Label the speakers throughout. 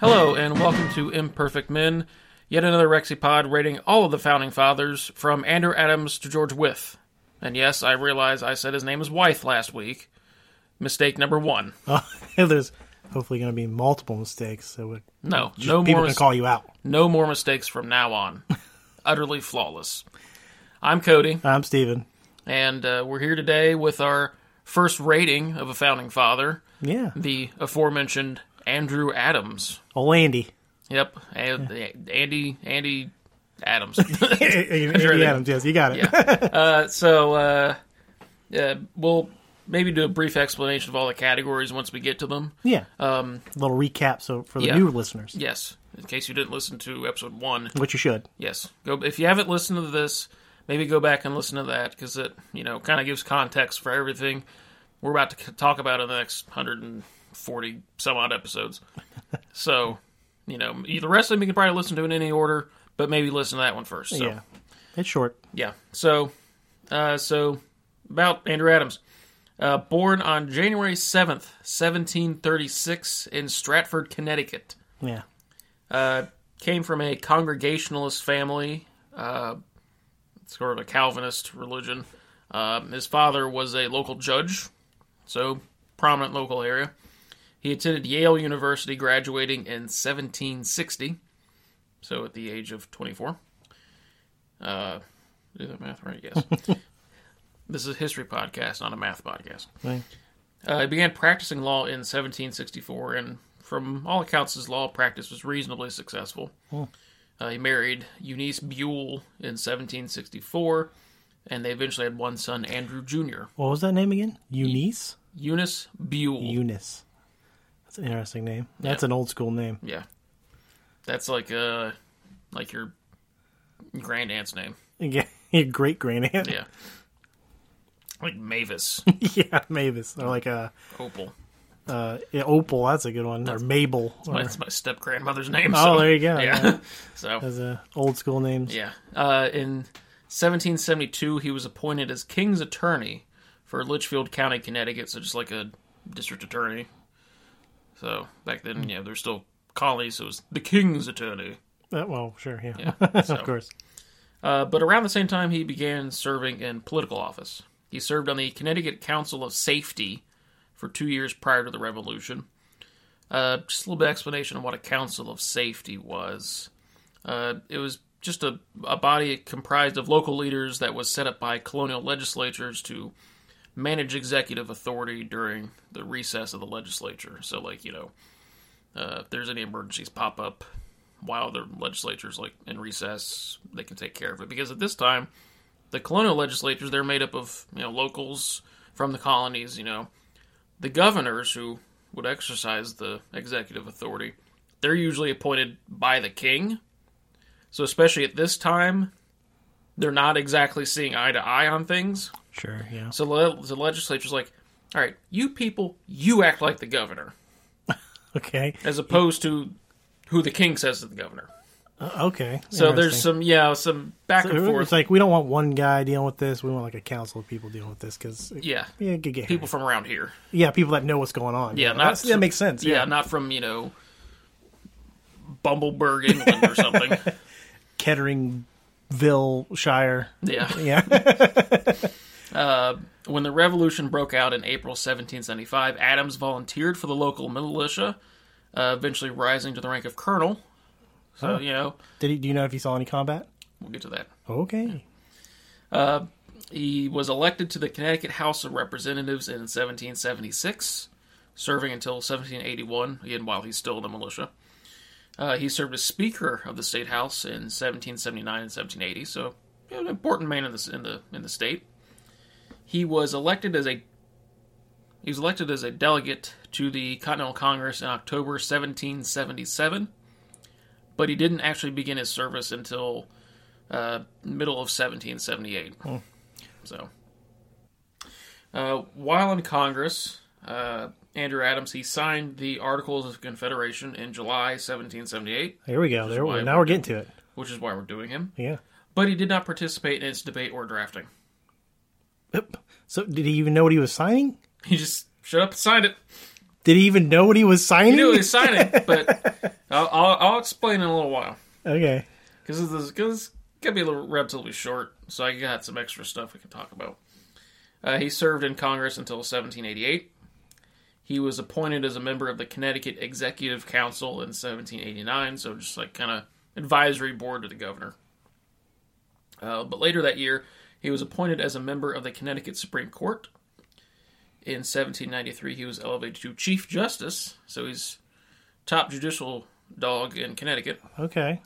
Speaker 1: Hello, and welcome to Imperfect Men, yet another Rexipod rating all of the founding fathers from Andrew Adams to George Wythe. And yes, I realize I said his name is Wythe last week. Mistake number one.
Speaker 2: There's hopefully going to be multiple mistakes, so it,
Speaker 1: No,
Speaker 2: just
Speaker 1: no
Speaker 2: people
Speaker 1: more.
Speaker 2: can
Speaker 1: mis-
Speaker 2: call you out.
Speaker 1: No more mistakes from now on. Utterly flawless. I'm Cody,
Speaker 2: I'm Steven.
Speaker 1: and uh, we're here today with our first rating of a founding father,
Speaker 2: Yeah,
Speaker 1: the aforementioned Andrew Adams.
Speaker 2: old Andy.
Speaker 1: Yep, and Andy Andy Adams.
Speaker 2: Andy
Speaker 1: they-
Speaker 2: Adams, yes, you got it.
Speaker 1: so uh, uh, we'll maybe do a brief explanation of all the categories once we get to them.
Speaker 2: Yeah. little recap so for the
Speaker 1: Um, yeah.
Speaker 2: new listeners,
Speaker 1: Yes, in case you didn't listen to episode one.
Speaker 2: which you should.
Speaker 1: Yes, go if you haven't listened to this, maybe go back and listen to that because it you know kind of gives context for everything we're about to c- talk about in the next hundred and forty some odd episodes. so you know the rest of them you can probably listen to in any order, but maybe listen to that one first. So.
Speaker 2: Yeah, it's short.
Speaker 1: Yeah. So, uh, so about Andrew Adams, uh, born on January seventh, seventeen thirty-six, in Stratford, Connecticut,
Speaker 2: Yeah,
Speaker 1: came from a Congregationalist family, uh, sort of a Calvinist religion. Um, his father was a local judge, so prominent local area. He attended Yale University, graduating in 1760, so at the age of 24. Uh, did that math right? Yes. this is a history podcast, not a math podcast.
Speaker 2: Right.
Speaker 1: Uh, he began practicing law in 1764, and from all accounts, his law practice was reasonably successful.
Speaker 2: Oh.
Speaker 1: Uh, he married Eunice Buell in 1764, and they eventually had one son, Andrew Jr.
Speaker 2: what was that name again? Eunice.
Speaker 1: Eunice Buell.
Speaker 2: Eunice. That's an interesting name. That's an old school name.
Speaker 1: yeah, that's like uh, like your grand aunt's name.
Speaker 2: Yeah, your great great aunt.
Speaker 1: Yeah, like Mavis
Speaker 2: yeah, Mavis or like a
Speaker 1: Opal.
Speaker 2: uh, yeah, Opal. That's a good one. or Mabel. Or,
Speaker 1: That's my step grandmother's name.
Speaker 2: Oh,
Speaker 1: so-
Speaker 2: there you go.
Speaker 1: Yeah.
Speaker 2: Yeah.
Speaker 1: so
Speaker 2: Those uh, old school names.
Speaker 1: Yeah. Uh, in 1772, he was appointed as king's attorney for Litchfield County, Connecticut, so just like a district attorney. So back then, yeah, there's still colonies, so it was the king's attorney.
Speaker 2: Uh, well, sure. Yeah,
Speaker 1: Yeah, so.
Speaker 2: of course.
Speaker 1: Uh, but around the same time, he began serving in political office. He served on the Connecticut Council of Safety for two years prior to the Revolution. Uh, just a little bit of explanation on what a Council of Safety was. Uh, it was just a, a body comprised of local leaders that was set up by colonial legislatures to manage executive authority during the recess of the legislature. So, like, you know, uh, if there's any emergencies pop up, while the legislature's like in recess, they can take care of it. Because at this time, the colonial legislatures they're made up of you know locals from the colonies. You know, the governors who would exercise the executive authority, they're usually appointed by the king. So especially at this time, they're not exactly seeing eye to eye on things.
Speaker 2: Sure. Yeah.
Speaker 1: So le- the legislature's like, all right, you people, you act like the governor,
Speaker 2: Okay.
Speaker 1: as opposed to who the king says to the governor.
Speaker 2: Uh, okay.
Speaker 1: So there's
Speaker 2: Interesting.
Speaker 1: some yeah, some back and
Speaker 2: It's
Speaker 1: forth.
Speaker 2: like we don't want one guy dealing with this. We want like a council of people dealing with this because
Speaker 1: yeah.
Speaker 2: yeah, it could get
Speaker 1: People from around here.
Speaker 2: yeah, people that know what's going on.
Speaker 1: Yeah, not
Speaker 2: That's- that makes sense.
Speaker 1: Yeah,
Speaker 2: Yeah,
Speaker 1: not from, you know, Bumbleburg, England or something.
Speaker 2: Ketteringville Shire.
Speaker 1: yeah.
Speaker 2: Yeah,
Speaker 1: When the revolution broke out in April 1775, Adams volunteered for the local militia, uh, eventually rising to the rank of colonel. So, you know,
Speaker 2: did he? Do you know if he saw any combat?
Speaker 1: we'll get to that.
Speaker 2: Okay,
Speaker 1: He was elected to the Connecticut House of Representatives in 1776, serving until 1781, again, while he's still in the militia. Uh, he served as Speaker of the State House in 1779 and 1780, so you know, an important man in the, in the in the state. He was elected as a he was elected as a delegate to the Continental Congress in October 1777, but he didn't actually begin his service until uh, middle of 1778. So, uh, while in Congress, uh, Andrew Adams he signed the Articles of Confederation in July 1778,
Speaker 2: here we go. There,
Speaker 1: why
Speaker 2: we now we're getting to it.
Speaker 1: which is why we're doing him.
Speaker 2: Yeah.
Speaker 1: But he did not participate in its debate or drafting.
Speaker 2: Yep. So did he even know what he was signing?
Speaker 1: He just shut up and signed it.
Speaker 2: Did he even know what he was signing?
Speaker 1: He knew he was signing, but I'll, I'll, I'll explain in a little while
Speaker 2: okay.
Speaker 1: because this is gonna be a little relatively short. So I got some extra stuff we can talk about. Uh, he served in Congress until 1788. He was appointed as a member of the Connecticut Executive Council in 1789, so just like kind of advisory board to the governor. Uh, but later that year, he was appointed as a member of the Connecticut Supreme Court. In 1793, he was elevated to Chief Justice, so he's top judicial dog in Connecticut.
Speaker 2: Okay.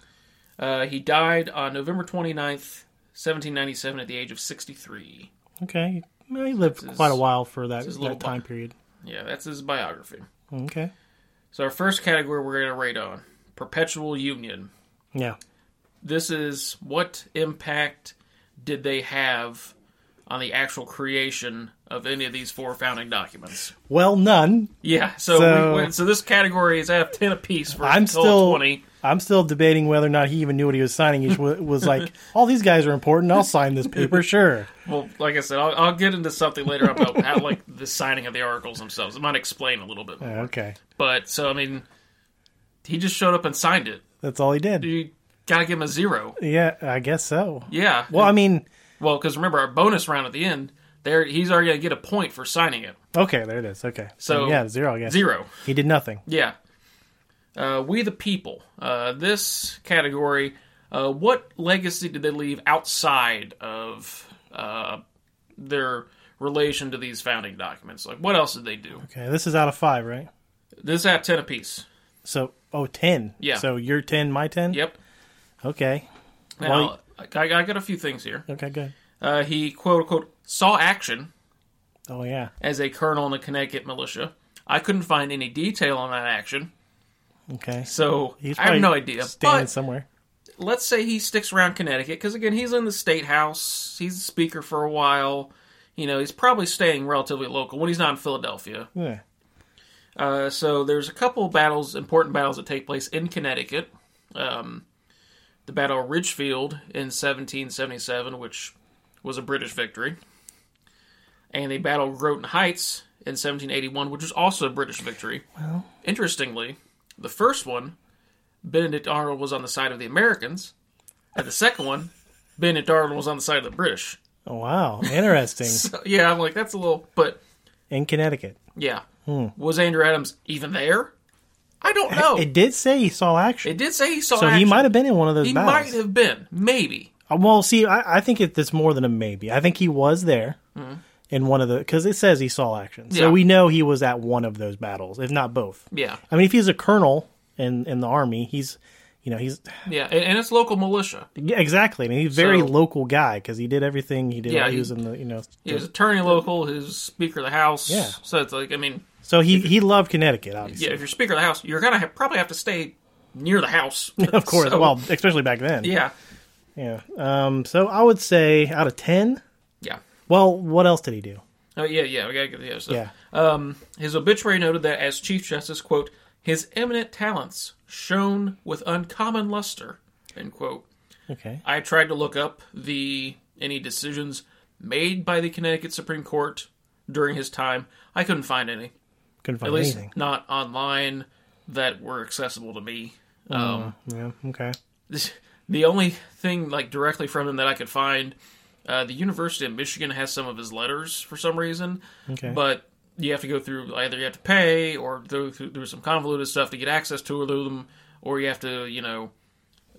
Speaker 1: Uh, he died on November 29th, 1797, at the age of 63.
Speaker 2: Okay. Well, he lived
Speaker 1: his-
Speaker 2: quite a while for that,
Speaker 1: his little
Speaker 2: that time
Speaker 1: buck.
Speaker 2: period.
Speaker 1: Yeah, that's his biography.
Speaker 2: Okay.
Speaker 1: So, our first category we're going to rate on Perpetual Union.
Speaker 2: Yeah.
Speaker 1: This is what impact did they have on the actual creation of any of these four founding documents?
Speaker 2: Well, none.
Speaker 1: Yeah, so
Speaker 2: So-
Speaker 1: we, we, so this category is out of 10 apiece for
Speaker 2: I'm
Speaker 1: until
Speaker 2: still-
Speaker 1: 20.
Speaker 2: I'm still debating whether or not he even knew what he was signing. He just wa- was like, "All these guys are important. I'll sign this paper, sure."
Speaker 1: Well, like I said, I'll, I'll get into something later about how, like, the signing of the articles themselves. It might explain a little bit more.
Speaker 2: Okay.
Speaker 1: But so I mean, he just showed up and signed it.
Speaker 2: That's all he did.
Speaker 1: You gotta give him a zero.
Speaker 2: Yeah, I guess so.
Speaker 1: Yeah.
Speaker 2: Well, I mean,
Speaker 1: well, because remember our bonus round at the end, there he's already gonna get a point for signing it.
Speaker 2: okay, there it is. Okay.
Speaker 1: So-
Speaker 2: yeah, zero. I guess
Speaker 1: Zero.
Speaker 2: he did nothing.
Speaker 1: Yeah. Uh, we the people. Uh, this category. Uh, what legacy did they leave outside of uh, their relation to these founding documents? Like, what else did they do?
Speaker 2: Okay, this is out of five, right?
Speaker 1: This at ten apiece.
Speaker 2: So, oh, 10.
Speaker 1: Yeah.
Speaker 2: So you're 10, my 10?
Speaker 1: Yep.
Speaker 2: Okay.
Speaker 1: Now, I, I got a few things here.
Speaker 2: Okay, good.
Speaker 1: Uh, he quote unquote saw action
Speaker 2: Oh, yeah.
Speaker 1: as a colonel in the Connecticut militia. I couldn't find any detail on that action,
Speaker 2: Okay.
Speaker 1: so
Speaker 2: He's
Speaker 1: I have no
Speaker 2: probably
Speaker 1: idea.
Speaker 2: Standing
Speaker 1: But
Speaker 2: somewhere.
Speaker 1: let's say he sticks around Connecticut because again, he's in the state house. He's a speaker for a while. You know, he's probably staying relatively local when he's not in Philadelphia.
Speaker 2: Yeah.
Speaker 1: Uh, so there's a couple battles, important battles that take place in Connecticut. Um, the Battle of Ridgefield in 1777, which was a British victory, and the Battle of Groton Heights in 1781, which was also a British victory.
Speaker 2: Well.
Speaker 1: interestingly, the first one, Benedict Arnold was on the side of the Americans, and the second one, Benedict Arnold was on the side of the British.
Speaker 2: Oh, wow. Interesting.
Speaker 1: So, yeah, I'm like that's a little, but
Speaker 2: In Connecticut.
Speaker 1: yeah, was Andrew Adams even there? I don't know.
Speaker 2: It did say he saw action.
Speaker 1: It did say he saw.
Speaker 2: so he
Speaker 1: action.
Speaker 2: might have been in one of those
Speaker 1: He
Speaker 2: battles.
Speaker 1: might have been. Maybe.
Speaker 2: Uh, Well, see, I, I think it, it's more than a maybe. I think he was there in one of the because it says he saw action, so
Speaker 1: Mm-hmm. Yeah.
Speaker 2: we know he was at one of those battles, if not both.
Speaker 1: Yeah.
Speaker 2: I mean, if he's a colonel in in the army, he's you know he's
Speaker 1: Yeah. And, and it's local militia.
Speaker 2: yeah, exactly. I mean, he's a very
Speaker 1: So-
Speaker 2: local guy because he did everything he did.
Speaker 1: Yeah,
Speaker 2: Yeah, he,
Speaker 1: he-
Speaker 2: was in the you know.
Speaker 1: He was attorney local. He was Speaker of the House.
Speaker 2: Yeah.
Speaker 1: So it's like, I mean,
Speaker 2: so he he loved Connecticut, obviously,
Speaker 1: yeah, if you're Speaker of the House, you're going to have, probably have to stay near the House.
Speaker 2: of course.
Speaker 1: So,
Speaker 2: well, especially back then.
Speaker 1: yeah.
Speaker 2: yeah. Um. So I would say out of ten.
Speaker 1: Yeah.
Speaker 2: Well, what else did he do?
Speaker 1: Oh, yeah, yeah. We got to get the other stuff.
Speaker 2: Yeah.
Speaker 1: Um, his obituary noted that as Chief Justice, quote, his eminent talents shone with uncommon luster, end quote.
Speaker 2: Okay.
Speaker 1: I tried to look up the any decisions made by the Connecticut Supreme Court during his time. I couldn't find any,
Speaker 2: Couldn't find
Speaker 1: at least
Speaker 2: anything.
Speaker 1: not online that were accessible to me. Um,
Speaker 2: Yeah. Okay.
Speaker 1: this, the only thing like directly from him that I could find, uh, the University of Michigan has some of his letters for some reason,
Speaker 2: Okay.
Speaker 1: but you have to go through either you have to pay or go through, through some convoluted stuff to get access to them, or you have to you know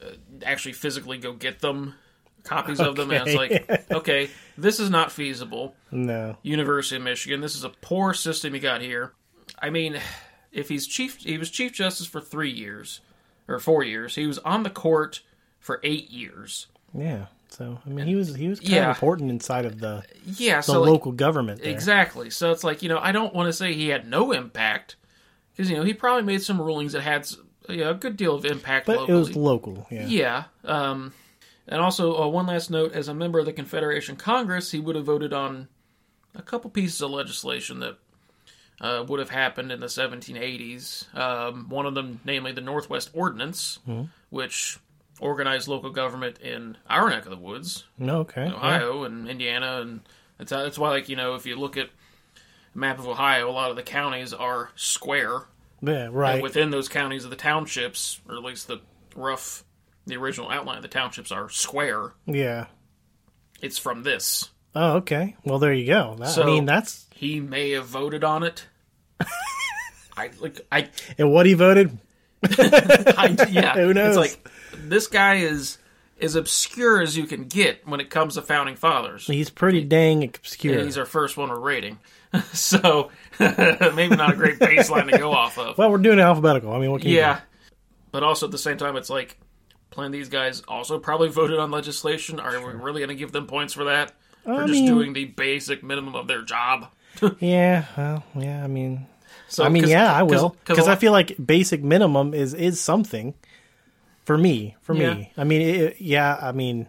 Speaker 1: uh, actually physically go get them copies of them, and it's
Speaker 2: Okay.
Speaker 1: like okay, this is not feasible.
Speaker 2: no.
Speaker 1: University of Michigan. This is a poor system you got here. I mean, if he's chief, he was chief justice for three years or four years. He was on the court for eight years.
Speaker 2: Yeah. So I mean, he was he was kind
Speaker 1: Yeah.
Speaker 2: of important inside of the
Speaker 1: Yeah,
Speaker 2: the
Speaker 1: so like,
Speaker 2: local government. There.
Speaker 1: exactly. So it's like you know, I don't want to say he had no impact because you know he probably made some rulings that had s- you know, a good deal of impact.
Speaker 2: But
Speaker 1: locally.
Speaker 2: it was local. Yeah.
Speaker 1: Yeah. Um, and also, uh, one last note as a member of the Confederation Congress, he would have voted on a couple pieces of legislation that uh, would have happened in the 1780s. Um, one of them, namely the Northwest Ordinance, which organized local government in our neck of the woods,
Speaker 2: No. Okay. yeah.
Speaker 1: uh, Ohio and Indiana. And that's, how- that's why, like, you know, if you look at map of Ohio, a lot of the counties are square.
Speaker 2: Yeah,
Speaker 1: And
Speaker 2: right.
Speaker 1: within those counties, the townships, or at least the rough, the original outline of the townships are square.
Speaker 2: yeah.
Speaker 1: It's from this.
Speaker 2: Oh, okay. Well, there you go. That-
Speaker 1: So-
Speaker 2: I mean, that's
Speaker 1: He may have voted on it. I like I
Speaker 2: and what he voted.
Speaker 1: I, yeah,
Speaker 2: Who
Speaker 1: It's
Speaker 2: knows?
Speaker 1: like this guy is as obscure as you can get when it comes to founding fathers.
Speaker 2: He's pretty dang obscure.
Speaker 1: He's our first one we're rating, so maybe not a great baseline to go off of.
Speaker 2: well, we're doing it alphabetical. I mean, what can you
Speaker 1: Yeah, but also at the same time, it's like plenty of these guys also probably voted on legislation. Are we really going to give them points for that? For just
Speaker 2: mean-
Speaker 1: doing the basic minimum of their job.
Speaker 2: do? Yeah. Well, yeah. I mean,
Speaker 1: So
Speaker 2: I mean,
Speaker 1: 'cause-
Speaker 2: yeah, I
Speaker 1: 'cause-
Speaker 2: will because I feel like basic minimum is is something for me. For
Speaker 1: Yeah.
Speaker 2: me, I mean, it, it- yeah, I mean,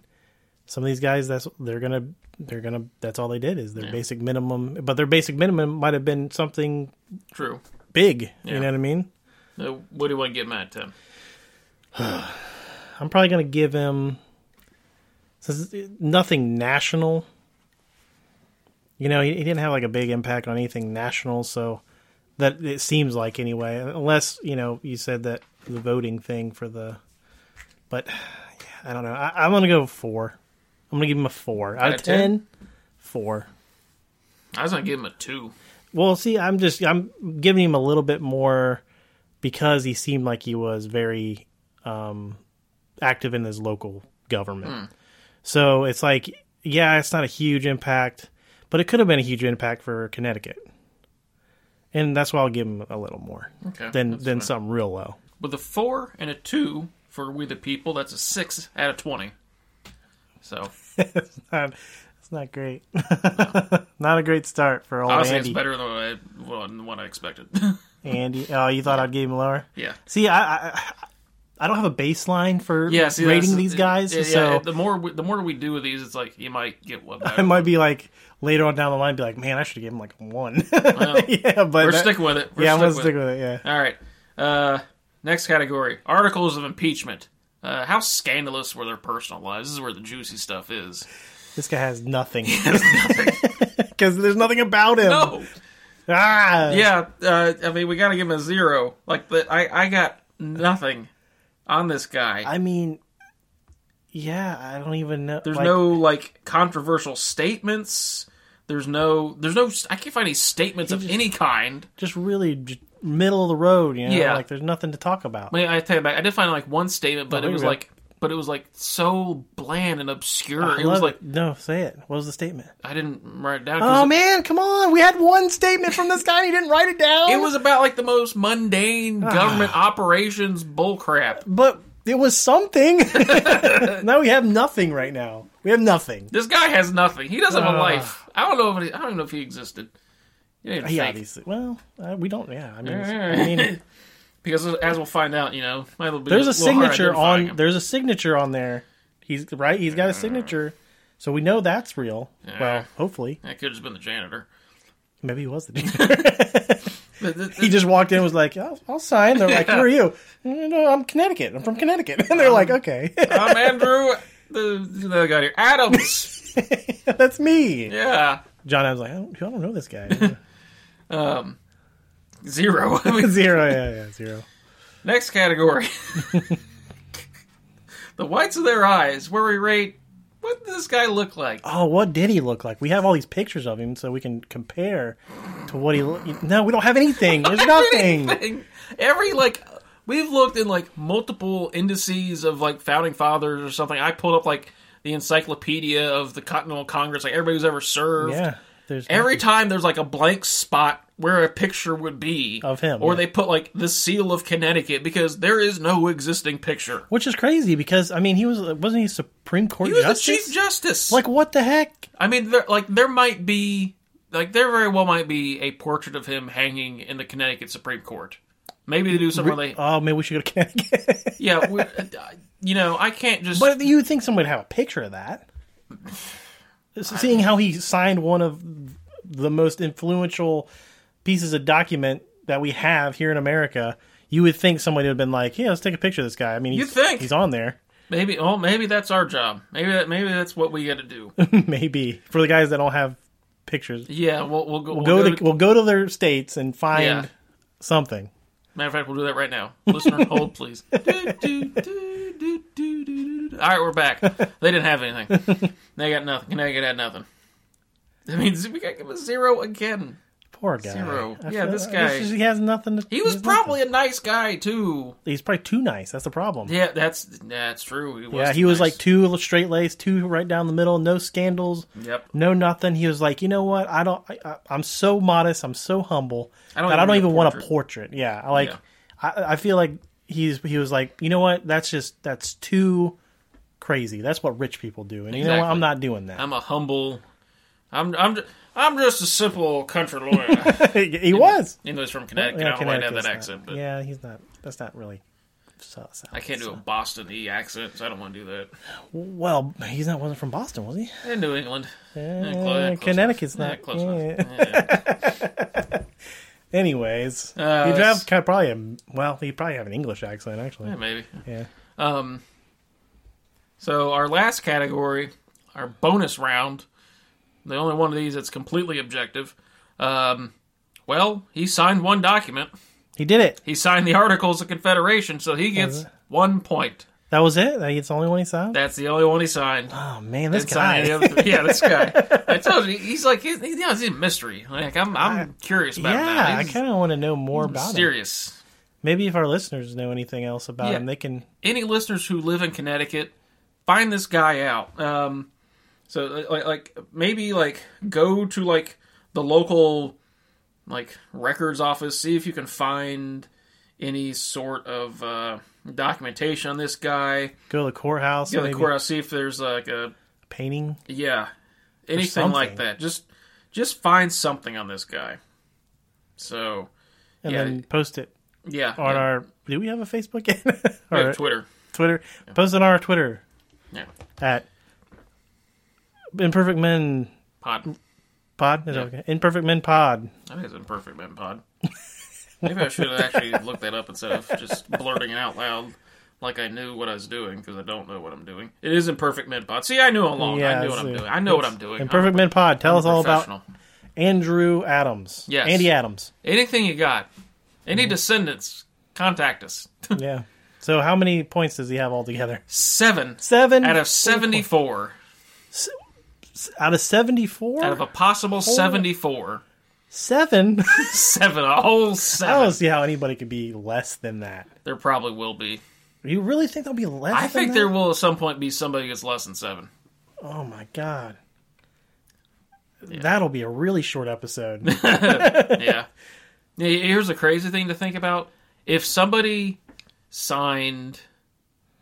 Speaker 2: some of these guys that's they're gonna they're gonna that's all they did is their basic minimum, but their basic minimum might have been something
Speaker 1: true.
Speaker 2: big.
Speaker 1: Yeah.
Speaker 2: You know what I mean?
Speaker 1: Uh, What do you want to give Matt Tim?
Speaker 2: I'm probably gonna give him since it's nothing national. You know, he, he didn't have like a big impact on anything national, so that it seems like anyway. Unless you know, you said that the voting thing for the, but yeah, I don't know. I, I'm gonna go four. I'm gonna give him a four out,
Speaker 1: Out
Speaker 2: of
Speaker 1: of 10?
Speaker 2: ten. Four.
Speaker 1: I was going to give him a two.
Speaker 2: Well, see, I'm just I'm giving him a little bit more because he seemed like he was very um, active in his local government.
Speaker 1: Hmm.
Speaker 2: So it's like, yeah, it's not a huge impact, but it could have been a huge impact for Connecticut, and that's why I'll give him a little more
Speaker 1: Okay,
Speaker 2: than
Speaker 1: that's
Speaker 2: than
Speaker 1: fine.
Speaker 2: something real low.
Speaker 1: with a four and a two for we the people. That's a six out of twenty. So
Speaker 2: it's not Uh, it's not great. not a great start for old
Speaker 1: honestly,
Speaker 2: Andy.
Speaker 1: it's better than what I, well, than what I expected.
Speaker 2: Andy, oh, you thought I'd give him lower?
Speaker 1: yeah,
Speaker 2: See, I, I I don't have a baseline for
Speaker 1: yeah. See, that's-
Speaker 2: rating these guys,
Speaker 1: yeah, yeah,
Speaker 2: so
Speaker 1: the more we, the more we do with these, it's like you might get one.
Speaker 2: I might be like later on down the line, be like, man, I should have given him like a one. yeah, but
Speaker 1: We're
Speaker 2: that-
Speaker 1: sticking with it. We're
Speaker 2: yeah, I'm gonna
Speaker 1: sticking
Speaker 2: stick
Speaker 1: with
Speaker 2: with it. Yeah,
Speaker 1: it. All right. Uh, next category: articles of impeachment. Uh, how scandalous were their personal lives? This is where the juicy stuff is.
Speaker 2: this guy has nothing because there's nothing about him.
Speaker 1: No,
Speaker 2: Ah,
Speaker 1: yeah. Uh, I mean, we got to give him a zero. Like the, I, I got nothing on this guy.
Speaker 2: I mean, yeah, I don't even know.
Speaker 1: There's
Speaker 2: like,
Speaker 1: no like controversial statements. There's no. There's no. I can't find any statements of any kind.
Speaker 2: just really j- middle of the road. You know,
Speaker 1: Yeah.
Speaker 2: like there's nothing to talk about.
Speaker 1: I, mean, I tell you back. I did find like one statement, but
Speaker 2: Oh,
Speaker 1: it
Speaker 2: here
Speaker 1: was
Speaker 2: we go.
Speaker 1: like, but it was like so bland and obscure.
Speaker 2: I
Speaker 1: it was
Speaker 2: love
Speaker 1: like
Speaker 2: no, say it. What was the statement?
Speaker 1: I didn't write it down. 'cause
Speaker 2: Oh man, come on! We had one statement from this guy. and He didn't write it down.
Speaker 1: it, it was about like the most mundane
Speaker 2: Ah.
Speaker 1: government operations bullcrap.
Speaker 2: but it was something. now we have nothing right now. We have nothing.
Speaker 1: This guy has nothing. He doesn't have a
Speaker 2: Ah.
Speaker 1: life. I don't know if he, I don't even know if he existed. He ain't
Speaker 2: He
Speaker 1: fake.
Speaker 2: obviously. Well, uh, we don't. Yeah, I mean, it's- I
Speaker 1: Alright.
Speaker 2: mean,
Speaker 1: Because as we'll find out, you know, might be
Speaker 2: there's a
Speaker 1: little hard
Speaker 2: signature
Speaker 1: identifying
Speaker 2: on.
Speaker 1: him. Uh.
Speaker 2: There's a signature on there. He's right. He's got a signature, so we know that's real. Well, hopefully,
Speaker 1: That could have just been the janitor.
Speaker 2: maybe he was the dude.
Speaker 1: But th-
Speaker 2: he just walked in, and was like, "I'll, I'll sign." They're like, "Who are you?" "Mm, No, I'm Connecticut. I'm from Connecticut, and they're like, "Okay,
Speaker 1: I'm Andrew. The, the other guy here, Adams.
Speaker 2: that's me."
Speaker 1: Yeah,
Speaker 2: John Adams like, I don't, "I don't know this guy."
Speaker 1: zero. I mean,
Speaker 2: zero. Yeah, yeah, zero.
Speaker 1: Next category. the whites of their eyes, where we rate. What did this guy look like?
Speaker 2: oh, what did he look like? We have all these pictures of him, so we can compare to what he. Lo- no, we don't have anything. There's nothing.
Speaker 1: Everything. Every like, we've looked in like multiple indices of like founding fathers or something. I pulled up like the encyclopedia of the Continental Congress, like everybody who's ever served.
Speaker 2: Yeah, there's
Speaker 1: Every time there's like a blank spot where a picture would be
Speaker 2: Of him,
Speaker 1: or
Speaker 2: yeah.
Speaker 1: they put like the seal of Connecticut because there is no existing picture.
Speaker 2: which is crazy because I mean he was wasn't he Supreme Court
Speaker 1: He was
Speaker 2: justice?
Speaker 1: the chief justice.
Speaker 2: like what the heck?
Speaker 1: I mean, there, like there might be, like there very well might be a portrait of him hanging in the Connecticut Supreme Court. Maybe they do somewhere they,
Speaker 2: Oh, maybe we should go to Connecticut.
Speaker 1: yeah, we, uh, you know, I can't just.
Speaker 2: but you would think someone would have a picture of that? So seeing how he signed one of the most influential pieces of document that we have here in America, you would think somebody would have been like, "Yeah, let's take a picture of this guy." I mean, he's,
Speaker 1: think.
Speaker 2: he's on there.
Speaker 1: maybe, oh, maybe that's our job. Maybe that, maybe that's what we got to do.
Speaker 2: Maybe for the guys that don't have pictures.
Speaker 1: Yeah, we'll, we'll go.
Speaker 2: We'll, go, to, we'll go to their states and find
Speaker 1: Yeah.
Speaker 2: something.
Speaker 1: Matter of fact, we'll do that right now. Listener, hold please. Do, do, do, do, do, do, do. All right, we're back. They didn't have anything. They got nothing. Connecticut had nothing. I mean, we got to give him a zero again.
Speaker 2: Poor guy.
Speaker 1: Zero.
Speaker 2: I
Speaker 1: Yeah, this
Speaker 2: I
Speaker 1: guy-
Speaker 2: guess He has nothing. To,
Speaker 1: He was
Speaker 2: he's
Speaker 1: probably a nice guy too.
Speaker 2: He's probably too nice. That's the problem.
Speaker 1: Yeah, that's that's true. He was
Speaker 2: yeah, he
Speaker 1: too
Speaker 2: was
Speaker 1: nice.
Speaker 2: like two straight laced, two right down the middle, no scandals,
Speaker 1: Yep.
Speaker 2: no nothing. He was like, you know what? I don't. I, I, I'm so modest. I'm so humble.
Speaker 1: I don't
Speaker 2: that I
Speaker 1: even
Speaker 2: don't
Speaker 1: need a
Speaker 2: even want a
Speaker 1: portrait."
Speaker 2: portrait. Yeah, I like.
Speaker 1: Yeah.
Speaker 2: I, I feel like he's he was like, you know what? That's just that's too crazy. That's what rich people do, and you know what?
Speaker 1: Exactly.
Speaker 2: I'm not doing that.
Speaker 1: I'm a humble. I'm I'm ju- I'm just a simple country lawyer.
Speaker 2: he was.
Speaker 1: Even though he's from Connecticut, I don't like to have that
Speaker 2: Connecticut's not-
Speaker 1: accent, but
Speaker 2: yeah, he's not. That's not really. So, so-
Speaker 1: I can't do a Boston E accent, so I don't want to do that.
Speaker 2: Well, he's not wasn't from Boston, was he?
Speaker 1: And New England. Yeah,
Speaker 2: Uh,
Speaker 1: clo- yeah, close
Speaker 2: Connecticut's
Speaker 1: enough.
Speaker 2: not.
Speaker 1: Yeah, close enough.
Speaker 2: yeah. Anyways,
Speaker 1: Uh,
Speaker 2: he'd
Speaker 1: let's-
Speaker 2: have kind of probably a well, he'd probably have an English accent actually.
Speaker 1: Yeah, maybe.
Speaker 2: Yeah,
Speaker 1: Um, so our last category, our bonus round, the only one of these that's completely objective. Um, well, he signed one document.
Speaker 2: he did it.
Speaker 1: He signed the Articles of Confederation, so he
Speaker 2: Uh-huh.
Speaker 1: gets one point.
Speaker 2: That was it. That's the only one he signed.
Speaker 1: That's the only one he signed.
Speaker 2: Oh man, this
Speaker 1: Didn't sign any
Speaker 2: guy.
Speaker 1: other- yeah, this guy. I told you, he's like he's, he's, he's a mystery. Like I'm, I'm curious about
Speaker 2: yeah,
Speaker 1: that.
Speaker 2: I
Speaker 1: He's
Speaker 2: kind of want to know more about him.
Speaker 1: mysterious.
Speaker 2: Maybe if our listeners know anything else about
Speaker 1: Yeah.
Speaker 2: him, they can.
Speaker 1: any listeners who live in Connecticut, find this guy out. Um, so like, like maybe like go to like the local like records office, see if you can find any sort of uh, documentation on this guy.
Speaker 2: Go to the courthouse.
Speaker 1: Go to the
Speaker 2: maybe
Speaker 1: courthouse, see if there's like a
Speaker 2: Painting.
Speaker 1: yeah anything like
Speaker 2: something.
Speaker 1: that. Just just find something on this guy. So
Speaker 2: and
Speaker 1: Yeah.
Speaker 2: then post it
Speaker 1: yeah,
Speaker 2: on
Speaker 1: yeah.
Speaker 2: our. Do we have a Facebook yet?
Speaker 1: We have
Speaker 2: or
Speaker 1: Twitter.
Speaker 2: Twitter? Post it on our Twitter
Speaker 1: Yeah,
Speaker 2: at Imperfect Men
Speaker 1: pod.
Speaker 2: Pod. Is that okay? Imperfect Men Pod.
Speaker 1: I think it's imperfect man pod. Maybe I should have actually looked that up instead of just blurting it out loud like I knew what I was doing because I don't know what I'm doing. It is imperfect men pod. See, I knew all along. Oh,
Speaker 2: Yeah,
Speaker 1: I knew what I'm
Speaker 2: it's, uh,
Speaker 1: doing. I know what I'm doing.
Speaker 2: Imperfect Men Pod. Tell us
Speaker 1: I'm a
Speaker 2: all about
Speaker 1: professional.
Speaker 2: Andrew Adams.
Speaker 1: Yes.
Speaker 2: Andy Adams.
Speaker 1: anything you got.
Speaker 2: Mm-hmm.
Speaker 1: Any descendants, contact us.
Speaker 2: yeah. So how many points does he have altogether?
Speaker 1: Seven
Speaker 2: Seven
Speaker 1: out of 74.
Speaker 2: out of seventy four.
Speaker 1: Out of a possible 74.
Speaker 2: Seven.
Speaker 1: Seven. A whole
Speaker 2: I don't
Speaker 1: seven.
Speaker 2: see how anybody could be less than that.
Speaker 1: There probably will be.
Speaker 2: You really think there'll be less?
Speaker 1: I
Speaker 2: than
Speaker 1: think
Speaker 2: that?
Speaker 1: there will at some point be somebody that's less than seven.
Speaker 2: Oh my god. That'll be a really short episode.
Speaker 1: yeah. Yeah, Here's a crazy thing to think about. If somebody signed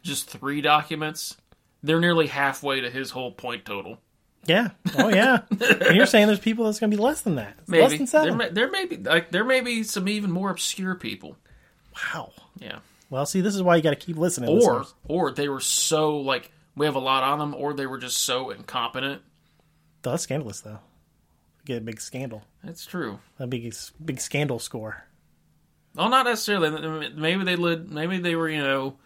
Speaker 1: just three documents, they're nearly halfway to his whole point total.
Speaker 2: yeah. Oh yeah. and you're saying there's people that's going to be less than that? It's
Speaker 1: Maybe
Speaker 2: Less than
Speaker 1: There,
Speaker 2: seven.
Speaker 1: may, there may be like there may be some even more obscure people.
Speaker 2: wow.
Speaker 1: Yeah.
Speaker 2: Well, see, this is why you got to keep listening.
Speaker 1: Or
Speaker 2: listeners.
Speaker 1: or they were so like we have a lot on them, or they were just so incompetent.
Speaker 2: that's scandalous though. Get a big scandal.
Speaker 1: That's true.
Speaker 2: A big big scandal score.
Speaker 1: Well, not necessarily. Maybe they led. Maybe they were you know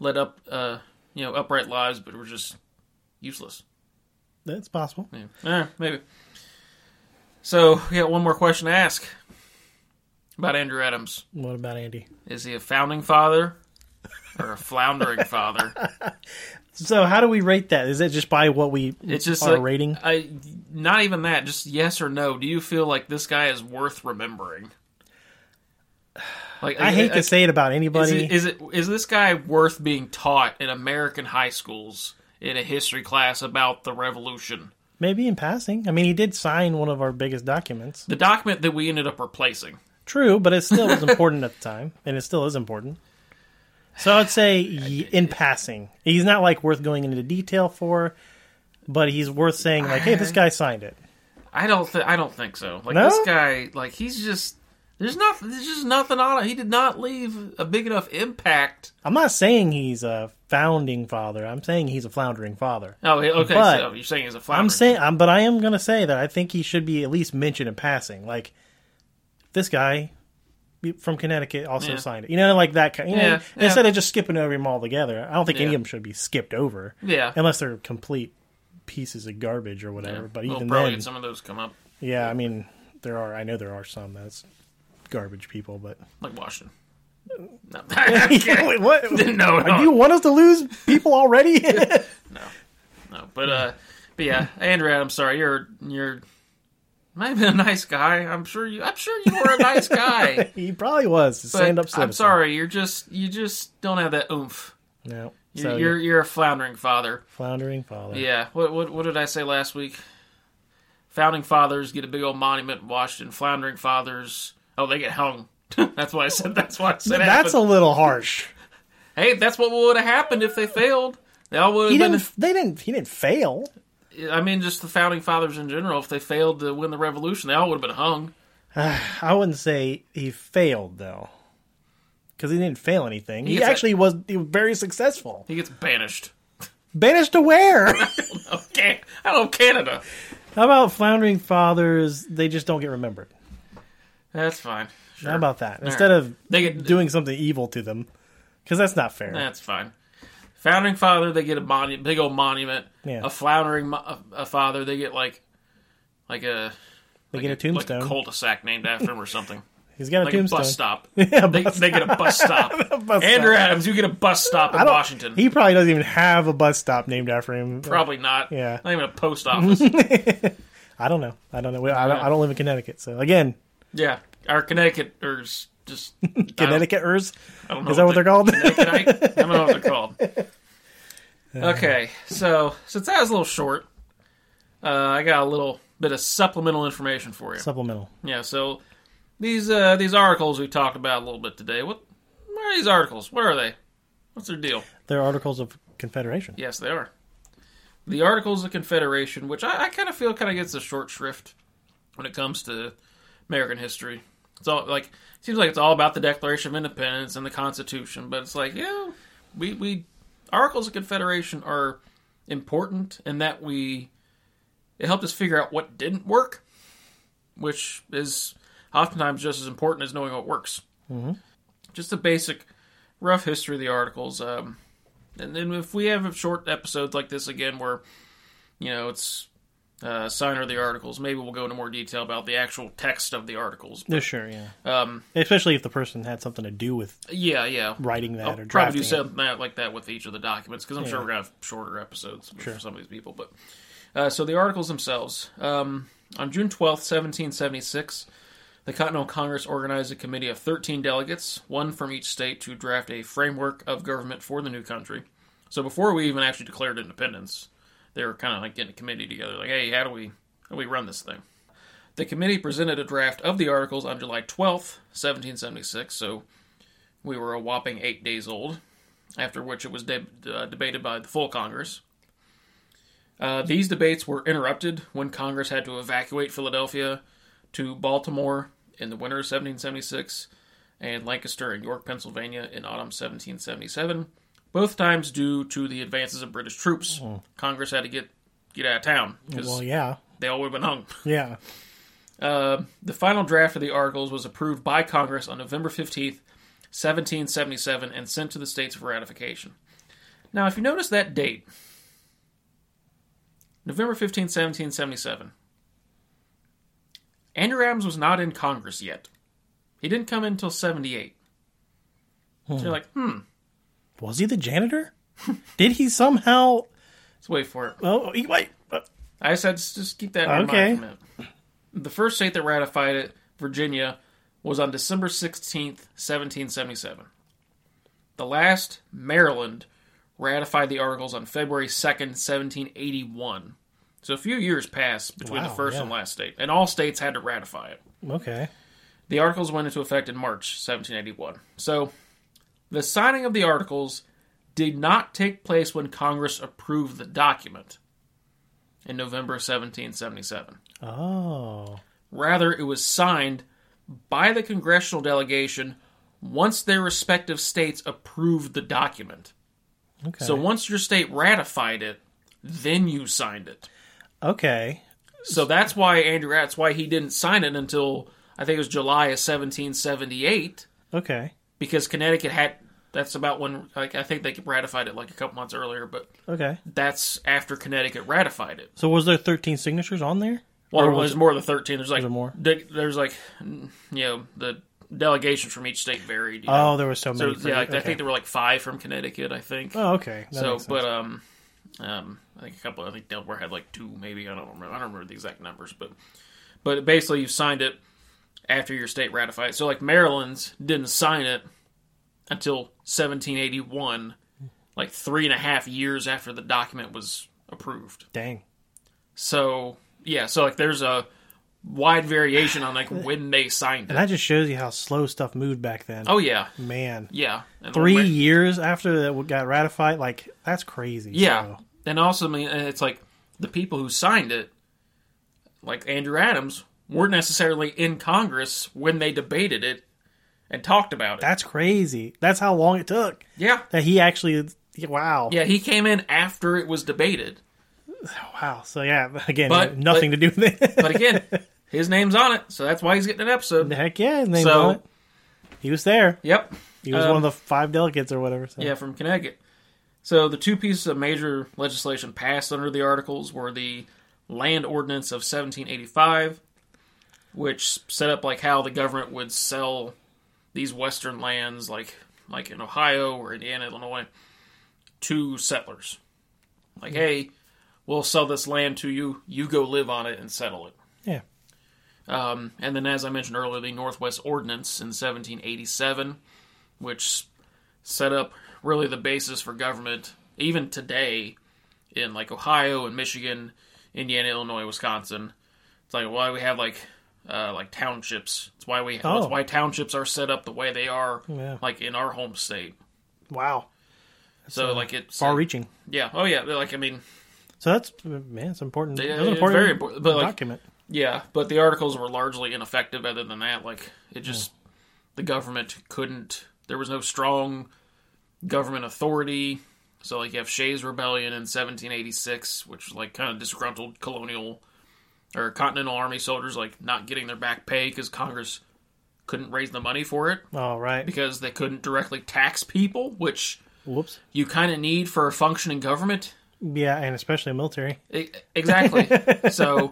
Speaker 1: led up uh you know upright lives, but were just useless.
Speaker 2: That's possible.
Speaker 1: Yeah, Eh, maybe. So we got one more question to ask about Andrew Adams.
Speaker 2: What about Andy?
Speaker 1: Is he a founding father or a floundering father?
Speaker 2: So how do we rate that? Is it just by what we
Speaker 1: It's just
Speaker 2: our
Speaker 1: like,
Speaker 2: rating?
Speaker 1: I not even that. Just yes or no. Do you feel like this guy is worth remembering? Like
Speaker 2: I hate
Speaker 1: I-
Speaker 2: to say it about
Speaker 1: Is
Speaker 2: anybody.
Speaker 1: it, is it is this guy worth being taught in American high schools in a history class about the Revolution?
Speaker 2: Maybe in passing. I mean, he did sign one of our biggest documents.
Speaker 1: The document that we ended up replacing.
Speaker 2: True, but it still was important at the time, and it still is important. So I'd say y- in passing, he's not like worth going into detail for, but he's worth saying like, "Hey, this
Speaker 1: Uh-huh.
Speaker 2: guy signed it."
Speaker 1: I don't. Th- I don't think so. Like
Speaker 2: No?
Speaker 1: this guy, like he's just there's not there's just nothing on it. He did not leave a big enough impact.
Speaker 2: I'm not saying he's a founding father. I'm saying he's a floundering father.
Speaker 1: Oh, he- okay.
Speaker 2: But-
Speaker 1: so you're saying he's a flower.
Speaker 2: I'm saying, um, but I am gonna say that I think he should be at least mentioned in passing. Like this guy from Connecticut also
Speaker 1: Yeah.
Speaker 2: signed it. You know, like that kind. You know,
Speaker 1: Yeah, yeah.
Speaker 2: instead of just skipping over him altogether, I don't think any
Speaker 1: Yeah.
Speaker 2: of them should be skipped over
Speaker 1: yeah.
Speaker 2: unless they're complete pieces of garbage or whatever. But
Speaker 1: Well,
Speaker 2: even
Speaker 1: probably
Speaker 2: then,
Speaker 1: some of those come up.
Speaker 2: Yeah, I mean, there are. I know there are some that's garbage people, but
Speaker 1: like Washington. No,
Speaker 2: Wait, what?
Speaker 1: no, no,
Speaker 2: Do you want us to lose people already?
Speaker 1: no. But uh, but yeah, Andrew, I'm sorry. You're you're. Might have been a nice guy. I'm sure you. I'm sure you were a nice guy.
Speaker 2: he probably was.
Speaker 1: but
Speaker 2: Stand up citizen.
Speaker 1: I'm sorry. You're just you just don't have that oomph.
Speaker 2: No.
Speaker 1: You're
Speaker 2: So
Speaker 1: you're, you're a floundering father.
Speaker 2: floundering father.
Speaker 1: Yeah. What what what did I say last week? Founding fathers get a big old monument in Washington. Floundering fathers, oh, they get hung. that's why I said. That's why I said. it
Speaker 2: That's a little harsh.
Speaker 1: happened. hey, that's what would have happened if they failed. They all would
Speaker 2: He
Speaker 1: have been.
Speaker 2: didn't. They didn't. He didn't fail.
Speaker 1: I mean, just the founding fathers in general. If they failed to win the revolution, they all would have been hung.
Speaker 2: I wouldn't say he failed though, because he didn't fail anything. He
Speaker 1: gets a-
Speaker 2: actually was. He was very successful.
Speaker 1: He gets banished.
Speaker 2: Banished to where?
Speaker 1: Okay, I don't know Canada.
Speaker 2: How about floundering fathers? They just don't get remembered.
Speaker 1: That's fine. Sure.
Speaker 2: How about that? Instead of
Speaker 1: They get-
Speaker 2: doing something evil to them, because that's not fair.
Speaker 1: That's fine. Founding father, they get a monu- big old monument.
Speaker 2: Yeah.
Speaker 1: A floundering mo- a father, they get like, like a
Speaker 2: they get a
Speaker 1: like
Speaker 2: tombstone.
Speaker 1: a cul-de-sac named after him or something.
Speaker 2: He's got a
Speaker 1: Like
Speaker 2: tombstone.
Speaker 1: a bus stop.
Speaker 2: Yeah,
Speaker 1: they,
Speaker 2: bus
Speaker 1: they get a bus stop.
Speaker 2: bus
Speaker 1: Andrew
Speaker 2: stop.
Speaker 1: Adams, you get a bus stop in
Speaker 2: I don't-
Speaker 1: Washington.
Speaker 2: He probably doesn't even have a bus stop named after him.
Speaker 1: Probably not.
Speaker 2: Yeah.
Speaker 1: Not even a post office.
Speaker 2: I don't know. I don't know. I don't,
Speaker 1: Yeah.
Speaker 2: I don't live in Connecticut, so again,
Speaker 1: yeah. Our Connecticuters just
Speaker 2: Connecticuters.
Speaker 1: I don't know
Speaker 2: Is that what they're called?
Speaker 1: Can I, I don't know what they're called.
Speaker 2: Uh-huh.
Speaker 1: Okay, so since that was a little short, uh, I got a little bit of supplemental information for you.
Speaker 2: Supplemental.
Speaker 1: yeah, so these uh, these articles we talked about a little bit today. What, what are these articles? What are they? What's their deal?
Speaker 2: They're articles of confederation.
Speaker 1: Yes, they are. The Articles of Confederation, which I, I kind of feel kind of gets a short shrift when it comes to American history. It's all like seems like it's all about the Declaration of Independence and the Constitution, but it's like yeah, we we Articles of Confederation are important in that we it helped us figure out what didn't work, which is oftentimes just as important as knowing what works. Mm-hmm. Just the basic rough history of the articles. Um, and then if we have short episodes like this again, where you know it's uh, signer of the articles, maybe we'll go into more detail about the actual text of the articles.
Speaker 2: Yeah, sure, yeah.
Speaker 1: Um,
Speaker 2: Especially if the person had something to do with
Speaker 1: yeah, yeah.
Speaker 2: writing that
Speaker 1: I'll
Speaker 2: or
Speaker 1: Oh, probably
Speaker 2: drafting
Speaker 1: do something that- like that with each of the documents because I'm sure we're gonna have shorter episodes for some of these people. But uh, so the articles themselves. Um, on June 12th, 1776, the Continental Congress organized a committee of 13 delegates, one from each state, to draft a framework of government for the new country. So before we even actually declared independence, they were kind of like getting a committee together, like, hey, how do we how do we run this thing? The committee presented a draft of the articles on July 12th, 1776. So we were a whopping eight days old, after which it was deb uh, debated by the full Congress. Uh, these debates were interrupted when Congress had to evacuate Philadelphia to Baltimore in the winter of 1776 and Lancaster and York, Pennsylvania in autumn 1777, both times due to the advances of British troops. Congress had to get, get out of town
Speaker 2: it.
Speaker 1: because
Speaker 2: Well, yeah.
Speaker 1: they all would have been hung.
Speaker 2: Yeah.
Speaker 1: Uh, the final draft of the articles was approved by Congress on November 15th, 1777, and sent to the states for ratification. Now, if you notice that date, November 15th, 1777, Andrew Adams was not in Congress yet. He didn't come in until 78. So you're like, hmm,
Speaker 2: Was he the janitor? Did he somehow
Speaker 1: let's wait for it.
Speaker 2: Oh, he wait. uh,
Speaker 1: I said, s- just keep that in
Speaker 2: Okay.
Speaker 1: mind for a minute. The first state that ratified it, Virginia, was on December 16th, 1777. The last, Maryland, ratified the articles on February 2nd, 1781. So a few years passed between the
Speaker 2: Wow,
Speaker 1: first
Speaker 2: yeah.
Speaker 1: and last state, and all states had to ratify it.
Speaker 2: Okay.
Speaker 1: The articles went into effect in March 1781. So, the signing of the articles did not take place when Congress approved the document in November 1777.
Speaker 2: Oh.
Speaker 1: Rather, it was signed by the congressional delegation once their respective states approved the document.
Speaker 2: Okay.
Speaker 1: So, once your state ratified it, then you signed it.
Speaker 2: okay.
Speaker 1: So that's why Andrew that's why he didn't sign it until I think it was July of 1778
Speaker 2: Okay.
Speaker 1: because Connecticut had that's about when like I think they ratified it like a couple months earlier, but
Speaker 2: Okay.
Speaker 1: that's after Connecticut ratified it.
Speaker 2: So was there 13 signatures on there?
Speaker 1: Well,
Speaker 2: Or
Speaker 1: well,
Speaker 2: was
Speaker 1: there's more than thirteen. There's like
Speaker 2: there more?
Speaker 1: de- there's like n- you know the delegations from each state varied. you know.
Speaker 2: Oh, there were so
Speaker 1: so
Speaker 2: many. for-
Speaker 1: yeah, like, I
Speaker 2: okay.
Speaker 1: think there were like five from Connecticut. I think.
Speaker 2: Oh, okay. That
Speaker 1: so,
Speaker 2: makes sense.
Speaker 1: but um, um, I think a couple. I think Delaware had like two, maybe. I don't remember. I don't remember the exact numbers, but but basically, you signed it after your state ratified. it. So, like Maryland's didn't sign it until 1781, like three and a half years after the document was approved.
Speaker 2: dang.
Speaker 1: So yeah, so like there's a wide variation on like when they signed
Speaker 2: And
Speaker 1: it.
Speaker 2: that just shows you how slow stuff moved back then.
Speaker 1: Oh yeah,
Speaker 2: man,
Speaker 1: yeah. And
Speaker 2: three
Speaker 1: when-
Speaker 2: years after that got ratified, like that's crazy.
Speaker 1: Yeah,
Speaker 2: So,
Speaker 1: and also, I mean, uh, it's like the people who signed it, like Andrew Adams, weren't necessarily in Congress when they debated it and talked about it.
Speaker 2: that's crazy. That's how long it took
Speaker 1: yeah,
Speaker 2: that he actually. Wow.
Speaker 1: yeah, he came in after it was debated.
Speaker 2: Wow. So yeah, again,
Speaker 1: But-
Speaker 2: nothing to do with it.
Speaker 1: But again, his name's on it, so that's why he's getting an episode.
Speaker 2: Heck yeah, his name's
Speaker 1: So-
Speaker 2: on it. He was there.
Speaker 1: Yep.
Speaker 2: He was
Speaker 1: Um,
Speaker 2: one of the five delegates or whatever. So.
Speaker 1: Yeah, from Connecticut. So the two pieces of major legislation passed under the Articles were the Land Ordinance of 1785, which set up like how the government would sell these western lands, like like in Ohio or Indiana, Illinois, to settlers. Like, hey, we'll sell this land to you. You go live on it and settle it.
Speaker 2: Yeah.
Speaker 1: Um, and then, as I mentioned earlier, the Northwest Ordinance in 1787, which set up really the basis for government even today in like Ohio and Michigan, Indiana, Illinois, Wisconsin. It's like why we have like uh, like townships. It's why we
Speaker 2: Oh.
Speaker 1: it's why townships are set up the way they are,
Speaker 2: Yeah.
Speaker 1: like in our home state.
Speaker 2: Wow.
Speaker 1: So like it's
Speaker 2: Far reaching.
Speaker 1: yeah oh yeah like I mean
Speaker 2: So that's man, it's important.
Speaker 1: Yeah,
Speaker 2: that's
Speaker 1: yeah,
Speaker 2: an important
Speaker 1: very important, but, like-
Speaker 2: document.
Speaker 1: Yeah, but the articles were largely ineffective. Other than that, like it just the government couldn't. There was no strong government authority. So like you have Shays' Rebellion in 1786, which was like kind of disgruntled colonial or Continental Army soldiers like not getting their back pay because Congress couldn't raise the money for it
Speaker 2: All right.
Speaker 1: because they couldn't directly tax people, which
Speaker 2: Whoops.
Speaker 1: you kind of need for a functioning government.
Speaker 2: Yeah, and especially military.
Speaker 1: E- Exactly. so,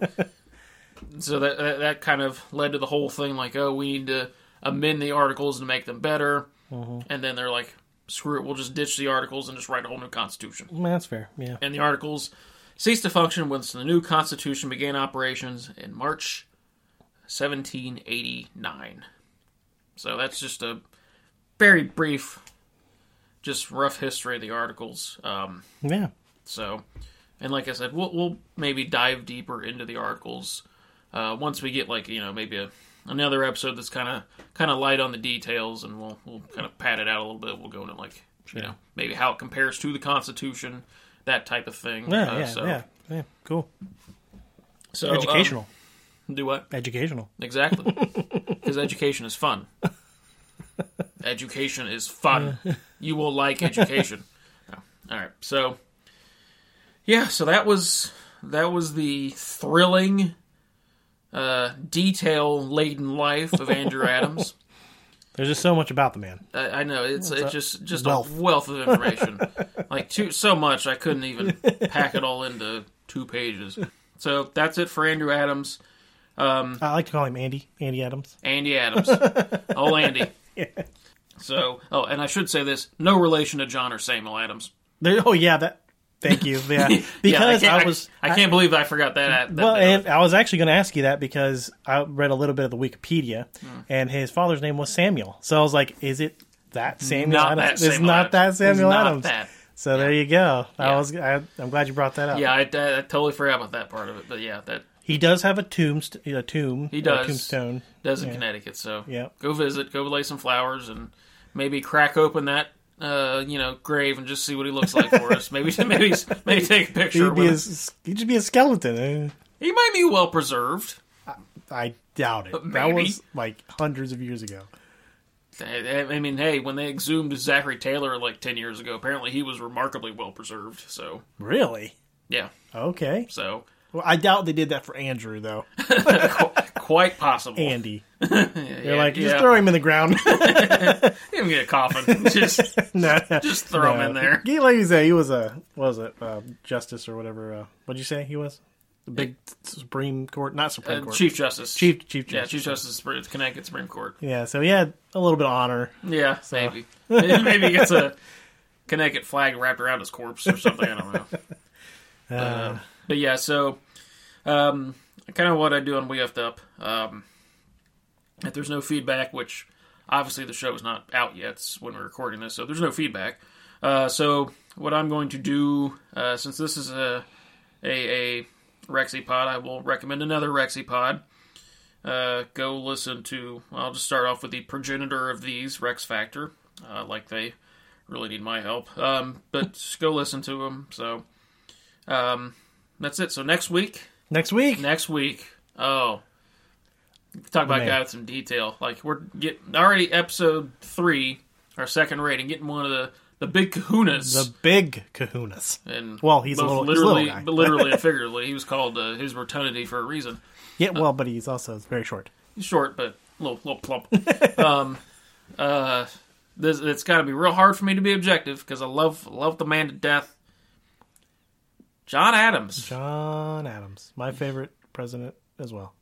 Speaker 1: so that that- that kind of led to the whole thing. Like, oh, we need to amend the articles and make them better. And then they're like, screw it, we'll just ditch the articles and just write a whole new constitution.
Speaker 2: Man, that's fair. Yeah.
Speaker 1: And the articles ceased to function once the new constitution began operations in March 1789. So that's just a very brief, just rough history of the articles. Um,
Speaker 2: Yeah.
Speaker 1: so, and like I said, we'll, we'll maybe dive deeper into the articles uh, once we get like you know maybe a, another episode that's kind of kind of light on the details, and we'll we'll kind of pat it out a little bit. We'll go into like you know maybe how it compares to the Constitution, that type of thing.
Speaker 2: Yeah,
Speaker 1: Uh,
Speaker 2: yeah,
Speaker 1: so,
Speaker 2: yeah, yeah. Cool.
Speaker 1: so, um,
Speaker 2: educational.
Speaker 1: do what
Speaker 2: educational.
Speaker 1: exactly? Because education is fun. education is fun. you will like education. All right. So yeah, so that was that was the thrilling uh detail laden life of Andrew Adams.
Speaker 2: There's just so much about the man.
Speaker 1: I, I know it's it's just just
Speaker 2: Wealth.
Speaker 1: a wealth of information. like too so much I couldn't even pack it all into two pages. So that's it for Andrew Adams.
Speaker 2: I like to call him Andy. Andy Adams.
Speaker 1: Andy Adams. oh Andy. So oh and I should say this, no relation to John or Samuel Adams.
Speaker 2: There, oh yeah, that. Thank you. Yeah, because
Speaker 1: yeah, I,
Speaker 2: I,
Speaker 1: can't-
Speaker 2: was.
Speaker 1: I, I can't believe I forgot that. that
Speaker 2: well, and I was actually going to ask you that because I read a little bit of the Wikipedia,
Speaker 1: Mm.
Speaker 2: and his father's name was Samuel. So I was like, is it that Samuel
Speaker 1: Not
Speaker 2: Adams?
Speaker 1: that
Speaker 2: it's
Speaker 1: Samuel
Speaker 2: not
Speaker 1: Adams.
Speaker 2: that Samuel
Speaker 1: It's not
Speaker 2: Adams.
Speaker 1: that.
Speaker 2: So there you go. I
Speaker 1: Yeah.
Speaker 2: was. I, I'm glad you brought that up.
Speaker 1: Yeah, I, I, I totally forgot about that part of it, but yeah, that
Speaker 2: He does have a tombst- a tomb. He
Speaker 1: does.
Speaker 2: tombstone.
Speaker 1: does in Connecticut. So
Speaker 2: Yeah.
Speaker 1: go visit, go lay some flowers, and maybe crack open that uh, you know grave and just see what he looks like for us. Maybe maybe maybe take a picture.
Speaker 2: He'd be
Speaker 1: With
Speaker 2: a,
Speaker 1: him.
Speaker 2: s- he'd just be a skeleton. eh?
Speaker 1: He might be well preserved.
Speaker 2: I doubt it. That
Speaker 1: maybe.
Speaker 2: was like hundreds of years ago.
Speaker 1: I I mean, hey, when they exhumed Zachary Taylor like ten years ago, apparently he was remarkably well preserved. So
Speaker 2: Really?
Speaker 1: yeah,
Speaker 2: Okay.
Speaker 1: so
Speaker 2: Well, I doubt they did that for Andrew though.
Speaker 1: quite possible.
Speaker 2: Andy,
Speaker 1: They're
Speaker 2: they're like just
Speaker 1: yeah.
Speaker 2: throw him in the ground.
Speaker 1: Give me a coffin. just
Speaker 2: no,
Speaker 1: just throw him in there.
Speaker 2: He, like you say, he was a what was it uh, justice or whatever. Uh, what'd you say he was? the big Supreme Court, not Supreme
Speaker 1: Uh,
Speaker 2: Court,
Speaker 1: Chief Justice.
Speaker 2: Chief, Chief
Speaker 1: Yeah,
Speaker 2: Justice.
Speaker 1: Chief Justice of the Connecticut Supreme Court.
Speaker 2: Yeah, so he had a little bit of honor.
Speaker 1: Yeah, maybe. maybe he gets a Connecticut flag wrapped around his corpse or something. I don't know.
Speaker 2: Uh,
Speaker 1: Um, but yeah, so um, kind of what I do on We Effed Up. Um, if there's no feedback, which obviously the show is not out yet it's when we're recording this, so there's no feedback. Uh, so what I'm going to do, uh, since this is a a, a Rexy pod, I will recommend another Rexy pod. Uh, go listen to. I'll just start off with the progenitor of these, Rex Factor. Uh, like they really need my help, um, but just go listen to them. So um, that's it. So next week,
Speaker 2: next week,
Speaker 1: next week, oh, talk about
Speaker 2: Man.
Speaker 1: a guy with some detail. Like we're getting already episode three, our second rating, getting one of the the big Kahunas.
Speaker 2: the big Kahunas.
Speaker 1: and
Speaker 2: Well, he's a
Speaker 1: both
Speaker 2: little- he's a little
Speaker 1: literally,
Speaker 2: guy.
Speaker 1: but literally and figuratively, he was called uh, his rotundity for a reason.
Speaker 2: Yeah, well, but he's also very short.
Speaker 1: He's short, but a little little plump. um, uh, this it's got to be real hard for me to be objective because I love love the man to death. John Adams.
Speaker 2: John Adams, my favorite president as well.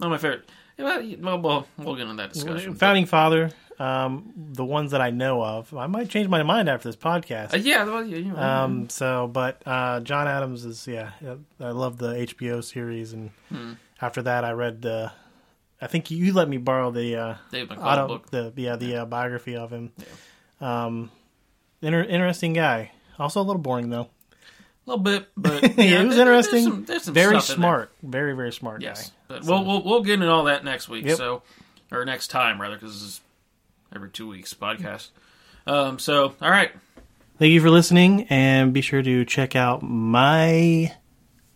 Speaker 1: Not my favorite. Well, you- well, well, we'll get into that discussion.
Speaker 2: Founding father, um, the ones that I know of. I might change my mind after this podcast.
Speaker 1: Uh, yeah, well, you, you,
Speaker 2: Um, so, but uh, John Adams is yeah. uh, I love the HBO series, and after that, I read the. I think you let me borrow the uh,
Speaker 1: Dave McCall
Speaker 2: auto
Speaker 1: Oh, book.
Speaker 2: the yeah the uh, biography of him. Um, inter- interesting guy. Also a little boring though.
Speaker 1: A little bit, but
Speaker 2: Yeah,
Speaker 1: yeah,
Speaker 2: it was
Speaker 1: there- there's
Speaker 2: interesting.
Speaker 1: some- there's some
Speaker 2: very
Speaker 1: stuff in there.
Speaker 2: smart. Very very smart
Speaker 1: Yes,
Speaker 2: guy.
Speaker 1: but we'll, we'll we'll get into all that next week.
Speaker 2: Yep.
Speaker 1: So, or next time rather, because this is every two weeks podcast. Um. So, all right.
Speaker 2: Thank you for listening, and be sure to check out my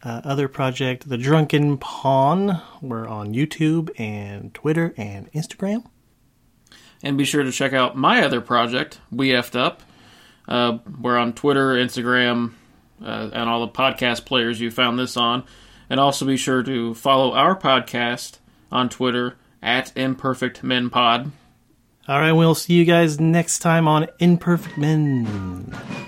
Speaker 2: uh, other project, The Drunken Pawn. We're on YouTube and Twitter and Instagram.
Speaker 1: And be sure to check out my other project, We Effed Up. Uh, we're on Twitter, Instagram, uh, and all the podcast players you found this on. And also be sure to follow our podcast on Twitter at Imperfect Men Pod.
Speaker 2: All right, we'll see you guys next time on Imperfect Men.